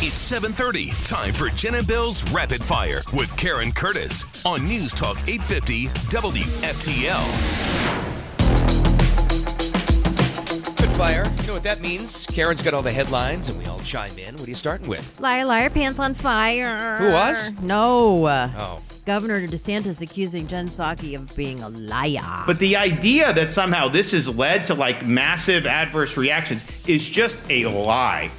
It's 7:30. Time for Jen and Bill's Rapid Fire with Karen Curtis on News Talk 850 WFTL. Rapid fire. You know what that means? Karen's got all the headlines, and we all chime in. What are you starting with? Liar, liar, pants on fire. Who, us? No. Oh, Governor DeSantis accusing Jen Psaki of being a liar. But the idea that somehow this has led to like massive adverse reactions is just a lie.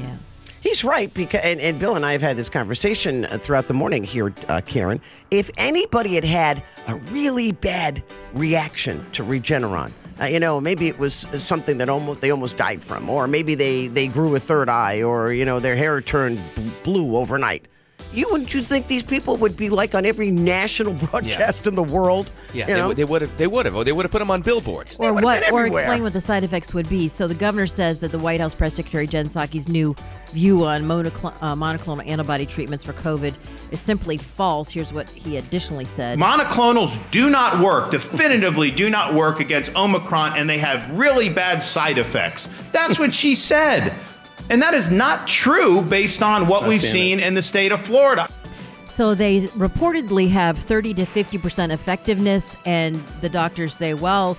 yeah. He's right because, and, and Bill and I have had this conversation uh, throughout the morning here, uh, Karen. If anybody had had a really bad reaction to Regeneron, uh, you know, maybe it was uh, something that almost they almost died from, or maybe they they grew a third eye, or you know, their hair turned b- blue overnight. You wouldn't you think these people would be like on every national broadcast in the world? yeah. you know? They would have. They would have. Oh, they would have put them on billboards. Or would've what? been Or everywhere. explain what the side effects would be. So the governor says that the White House press secretary Jen Psaki's new view on monoclonal, uh, monoclonal antibody treatments for COVID is simply false. Here's what he additionally said. Monoclonals do not work, definitively do not work against Omicron, and they have really bad side effects. That's what she said. And that is not true based on what we've seen in the state of Florida. So they reportedly have 30 to 50% effectiveness, and the doctors say, well,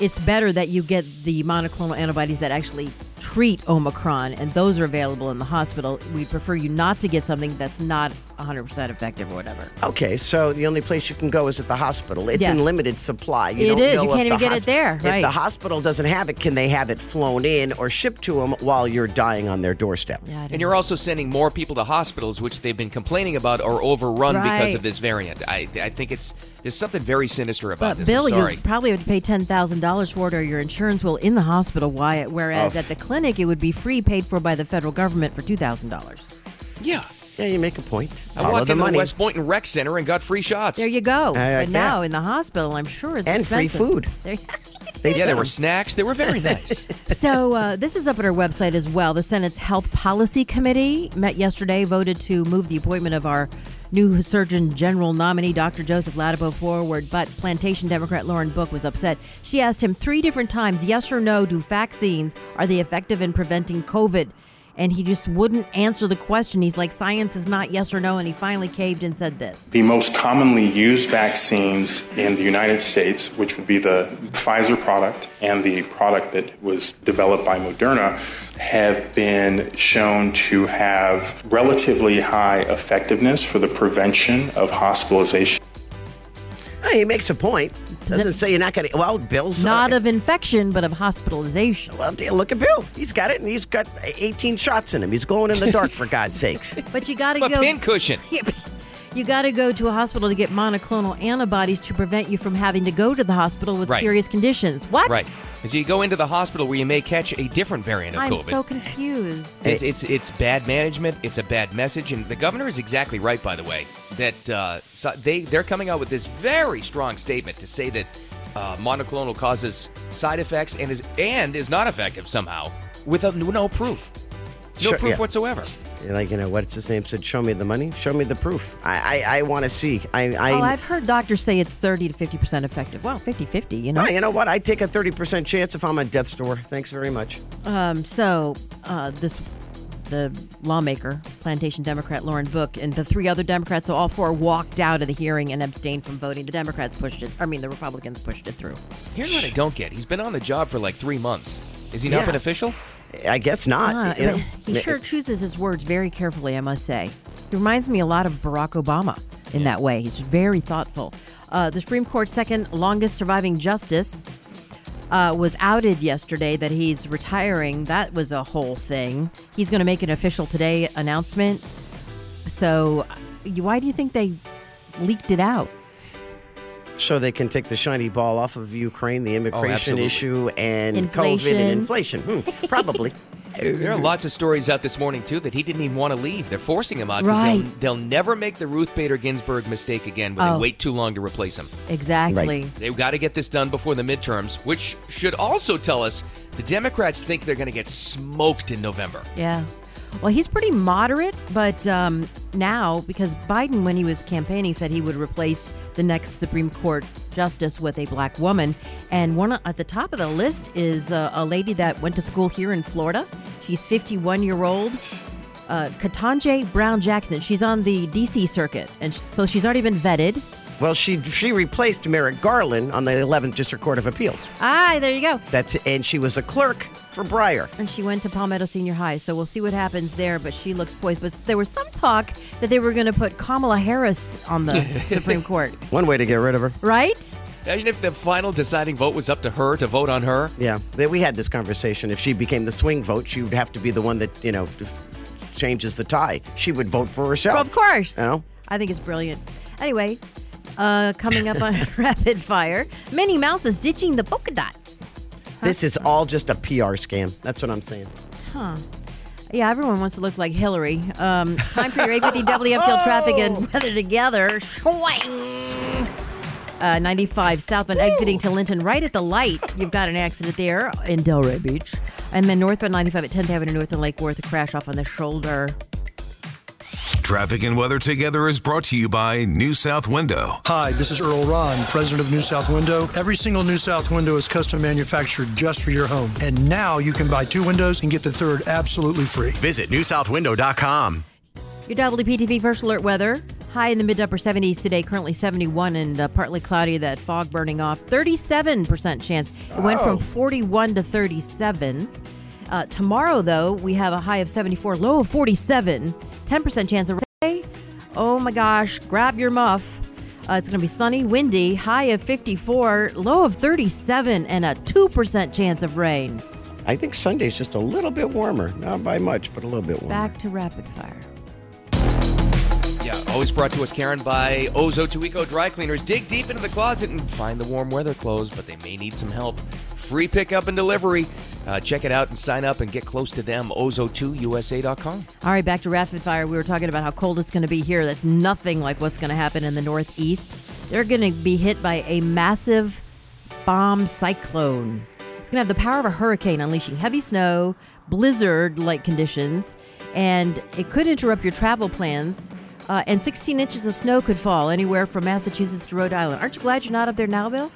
it's better that you get the monoclonal antibodies that actually treat Omicron, and those are available in the hospital. We prefer you not to get something that's not 100% effective or whatever. Okay, so the only place you can go is at the hospital. It's Yeah. in limited supply. You It don't is. know You if can't the even get it there, If right. the hospital doesn't have it, can they have it flown in or shipped to them while you're dying on their doorstep? Yeah, I don't And you're also sending more people to hospitals, which they've been complaining about are overrun because Right. of this variant. I, I think it's there's something very sinister about But this. Bill, I'm sorry. you probably have to pay ten thousand dollars for it, or your insurance will in the hospital. Why? Whereas at the clinic, it would be free, paid for by the federal government for two thousand dollars. yeah. Yeah, you make a point. I Follow walked the into money the West Boynton Rec Center and got free shots. There you go. I like but now that. in the hospital, I'm sure it's and free expensive. food. There- They yeah, there sell were 'em. snacks. They were very nice. so uh, this is up at our website as well. The Senate's Health Policy Committee met yesterday, voted to move the appointment of our new Surgeon General nominee, Dr. Joseph Latipo, forward. But Plantation Democrat Lauren Book was upset. She asked him three different times, "Yes or no? Do vaccines are they effective in preventing COVID?" And he just wouldn't answer the question. He's like, "Science is not yes or no," and he finally caved and said this. The most commonly used vaccines in the United States, which would be the Pfizer product and the product that was developed by Moderna, have been shown to have relatively high effectiveness for the prevention of hospitalization. Hey, he makes a point. Doesn't say you're not going to. Well, Bill's uh, Not of infection, but of hospitalization. Well, dear, look at Bill. He's got it, and he's got 18 shots in him. He's glowing in the dark, for God's sakes. But you got to a go. pincushion. You got to go to a hospital to get monoclonal antibodies to prevent you from having to go to the hospital with Right. serious conditions. What? right. Because you go into the hospital where you may catch a different variant of I'm COVID. so confused. It's, it's it's bad management. It's a bad message, and the governor is exactly right. By the way, that uh, so they they're coming out with this very strong statement to say that uh, monoclonal causes side effects and is and is not effective somehow with a, no proof, no Sure, proof yeah. whatsoever. You're like, you know, what's his name said, show me the money, show me the proof. I I, I want to see. I, I oh, I've heard doctors say it's 30 to 50 percent effective. Wow, 50 50, you know? Oh, you know what? I take a 30% chance if I'm on death's door. Thanks very much. Um, so uh, this the lawmaker, plantation Democrat Lauren Book, and the three other Democrats, so all four walked out of the hearing and abstained from voting. The Democrats pushed it. I mean, the Republicans pushed it through. Here's what I don't get: he's been on the job for like three months. Is he not Yeah. an official? I guess Ah, not. you know? but he sure chooses his words very carefully, I must say. He reminds me a lot of Barack Obama in that way. He's very thoughtful. Uh, the Supreme Court's second longest surviving justice uh, was outed yesterday that he's retiring. That was a whole thing. He's going to make an official today announcement. So, uh, why do you think they leaked it out? So they can take the shiny ball off of Ukraine, the immigration absolutely. issue, and COVID Inflation. and inflation. Hmm, probably. There are lots of stories out this morning too that he didn't even want to leave. They're forcing him out. 'cause Right. They'll, they'll never make the Ruth Bader Ginsburg mistake again, where Oh. they wait too long to replace him. Exactly. They've got to get this done before the midterms, which should also tell us the Democrats think they're going to get smoked in November. Yeah. Well, he's pretty moderate, but um, now, because Biden, when he was campaigning, said he would replace the next Supreme Court justice with a black woman. And one at the top of the list is uh, a lady that went to school here in Florida. She's 51 year old. uh, Katanje Brown Jackson. She's on the D.C. circuit, and sh- so she's already been vetted. Well, she she replaced Merrick Garland on the 11th District Court of Appeals. Ah, there you go. That's and she was a clerk for Breyer. And she went to Palmetto Senior High, so we'll see what happens there. But she looks poised. But there was some talk that they were going to put Kamala Harris on the Supreme Court, One way to get rid of her. right? Imagine if the final deciding vote was up to her to vote on her. Yeah, that we had this conversation. If she became the swing vote, she would have to be the one that you know f- changes the tie. She would vote for herself. Well, of course. You know? I think it's brilliant. Anyway, uh, coming up on Rapid Fire, Minnie Mouse is ditching the polka dots. This is all just a PR scam. That's what I'm saying. Yeah, everyone wants to look like Hillary. Um, time for your APD WFTL traffic and weather together. Swing. Uh, 95 southbound exiting to Linton, right at the light. You've got an accident there in Delray Beach. And then northbound 95 at 10th Avenue North and Lake Worth, a crash off on the shoulder. Traffic and weather together is brought to you by New South Window. Hi, this is Earl Ron, president of New South Window. Every single New South Window is custom manufactured just for your home. And now you can buy two windows and get the third absolutely free. Visit newsouthwindow.com. Your WPTV first alert weather. High in the mid to upper 70s today, currently 71 and uh, partly cloudy, that fog burning off. 37% chance. It went from 41 to 37. Uh, tomorrow, though, we have a high of 74, low of 47. 10% chance of rain. Oh my gosh, grab your muff. Uh, it's going to be sunny, windy, high of 54, low of 37, and a 2% chance of rain. I think Sunday's just a little bit warmer, not by much, but a little bit warmer. Back to rapid fire. Yeah, always brought to us, Karen, by Ozo Tuico Dry Cleaners. Dig deep into the closet and find the warm weather clothes, but they may need some help. Free pickup and delivery. Uh, check it out and sign up and get close to them. Ozo2USA.com. All right, back to rapid fire. We were talking about how cold it's going to be here. That's nothing like what's going to happen in the Northeast. They're going to be hit by a massive bomb cyclone. It's going to have the power of a hurricane, unleashing heavy snow, blizzard like conditions, and it could interrupt your travel plans. Uh, and 16 inches of snow could fall anywhere from Massachusetts to Rhode Island. Aren't you glad you're not up there now, Bill?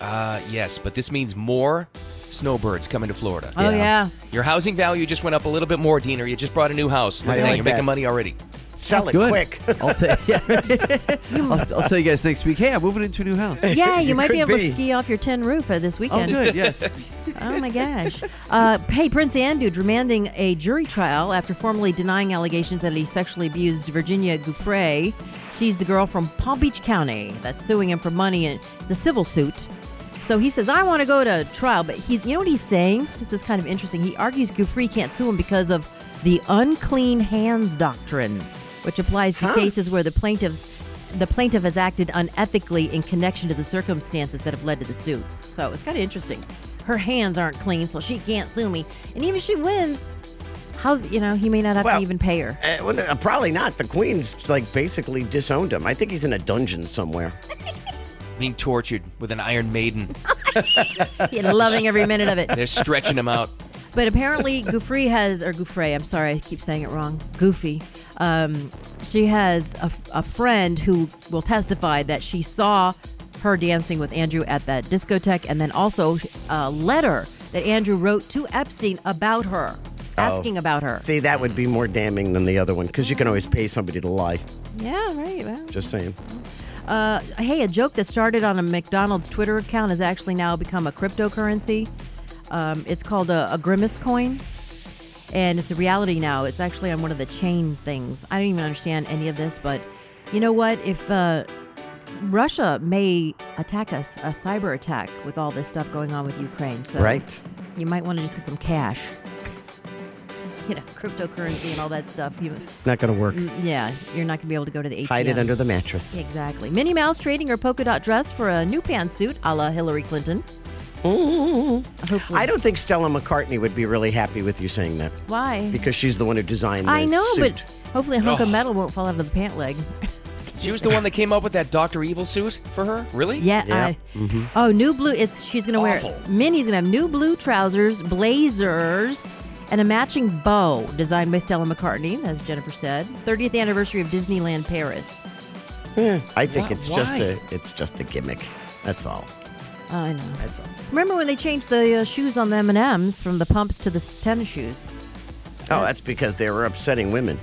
Uh, yes, but this means more snowbirds coming to Florida. Oh, yeah. Your housing value just went up a little bit more, Diener. You just bought a new house. Look I at that. like You're that. making money already. Sell it Good. quick. I'll, ta- yeah. I'll, I'll tell you guys next week. Hey, I'm moving into a new house. Yeah, you, might be could able be. to ski off your tin roof uh, this Oh, weekend. good. Yes. Oh my gosh. Uh, hey, Prince Andrew demanding a jury trial after formally denying allegations that he sexually abused Virginia Gouffre. She's the girl from Palm Beach County that's suing him for money and the civil suit. So he says, I want to go to trial, but he's, you know what he's saying? This is kind of interesting. He argues Gouffre can't sue him because of the unclean hands doctrine, which applies to cases where the plaintiffs. The plaintiff has acted unethically in connection to the circumstances that have led to the suit. So it's kind of interesting. Her hands aren't clean, so she can't sue me. And even if she wins, how's, you know, he may not have Well, to even pay her. Uh, well, uh, probably not. The Queen's like basically disowned him. I think he's in a dungeon somewhere. Being tortured with an Iron Maiden. Yeah, loving every minute of it. They're stretching them out. But apparently, Goofrey has, or Gouffre, I'm sorry, I keep saying it wrong. Goofy. Um, she has a, a friend who will testify that she saw her dancing with Andrew at that discotheque, and then also a letter that Andrew wrote to Epstein about her, asking about her. See, that would be more damning than the other one because you can always pay somebody to lie. Yeah, right. Well. Just saying. Uh, hey, a joke that started on a McDonald's Twitter account has actually now become a cryptocurrency. Um, it's called a, a grimace coin, and it's a reality now. It's actually on one of the chain things. I don't even understand any of this, but you know what? If uh, Russia may attack us, a cyber attack with all this stuff going on with Ukraine, so Right. you might want to just get some cash. You know, cryptocurrency and all that stuff. You, Not going to work. yeah, you're not going to be able to go to the ATM. Hide it under the mattress. Exactly. Minnie Mouse trading her polka dot dress for a new pantsuit a la Hillary Clinton. Hopefully. I don't think Stella McCartney would be really happy with you saying that Why? because she's the one who designed the I know, suit. but hopefully a hunk of Oh. metal won't fall out of the pant leg. She was the one that came up with that Dr. Evil suit for her? Really? Yeah. I, mm-hmm. Oh, new blue. It's she's gonna Awful. wear. Minnie's gonna have new blue trousers, blazers, and a matching bow designed by Stella McCartney, as Jennifer said. 30th anniversary of Disneyland Paris. I think Why- it's just why? a it's just a gimmick. That's all. I know. That's all. Remember when they changed the uh, shoes on the M and M's from the pumps to the s- tennis shoes? Oh, that's because they were upsetting women.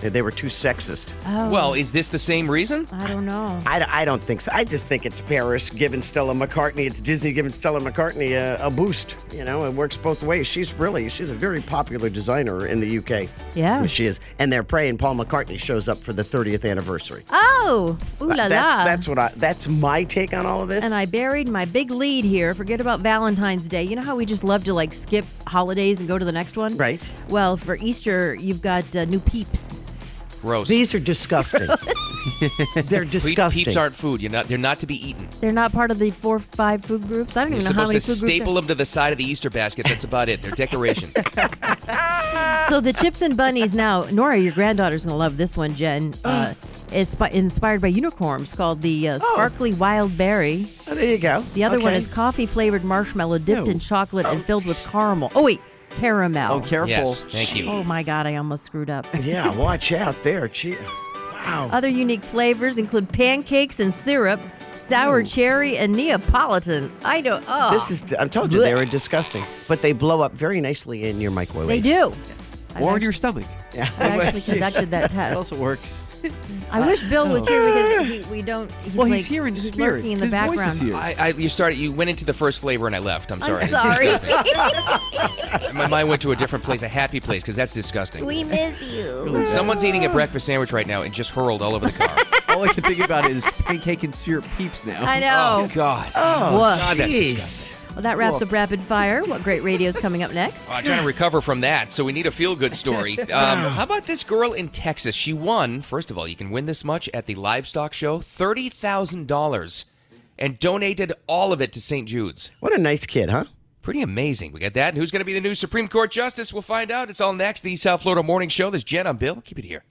They, they were too sexist. Oh, Well, is this the same reason? I don't know. I, d- I don't think so. I just think it's Paris giving Stella McCartney, it's Disney giving Stella McCartney a, a boost. You know, it works both ways. She's really, she's a very popular designer in the UK. Yeah. I mean, she is. And they're praying Paul McCartney shows up for the 30th anniversary. Oh, ooh la that's, la. that's what I, that's my take on all of this. and I buried my big lead here. Forget about Valentine's Day. You know how we just love to like skip holidays and go to the next one? Right. Well, for Easter, you've got uh, new peeps. Gross. These are disgusting. They're Pe- disgusting. Peeps aren't food. You're not. They're not to be eaten. They're not part of the four five food groups. I don't You're even know how supposed to many food groups. there- staple them to the side of the Easter basket. That's about it. They're decoration. So the chips and bunnies now, Nora, your granddaughter's gonna love this one, Jen. Uh, is spi- inspired by unicorns called the uh, sparkly wild berry. Oh, there you go. The other one Oh. Okay. is coffee flavored marshmallow dipped in chocolate and filled with caramel. Oh wait, caramel. Oh, careful. yes. Thank you. Oh my god, I almost screwed up. Yeah, watch out there. Gee. Wow. Other unique flavors include pancakes and syrup, sour cherry, and Neapolitan. I don't. Oh, This is, I'm told you, they were disgusting. But they blow up very nicely in your microwave. they do. I've Or in actu- your stomach. I actually conducted that It test. also works. I wish Bill was here because he, we don't. He's well, like, he's here in he's spirit. lurking in the His background. voice is here. I, I, you started. You went into the first flavor, and I left. I'm sorry. I'm It's sorry. disgusting. my mind went to a different place, a happy place, because that's disgusting. we miss you. Someone's eating a breakfast sandwich right now and just hurled all over the car. All I can think about is pancake and syrup peeps now. I know. Oh God. Oh, Woof. God, that's disgusting. Jeez. Well, that wraps up Rapid Fire. What great radio is coming up next? Uh, I'm trying to recover from that, so we need a feel good story. Um, how about this girl in Texas? She won, first of all, you can win this much at the livestock show $30,000 and donated all of it to St. Jude's. What a nice kid, huh? Pretty amazing. We got that. And who's going to be the new Supreme Court Justice? We'll find out. It's all next. The South Florida Morning Show. This is Jen. I'm Bill. Keep it here.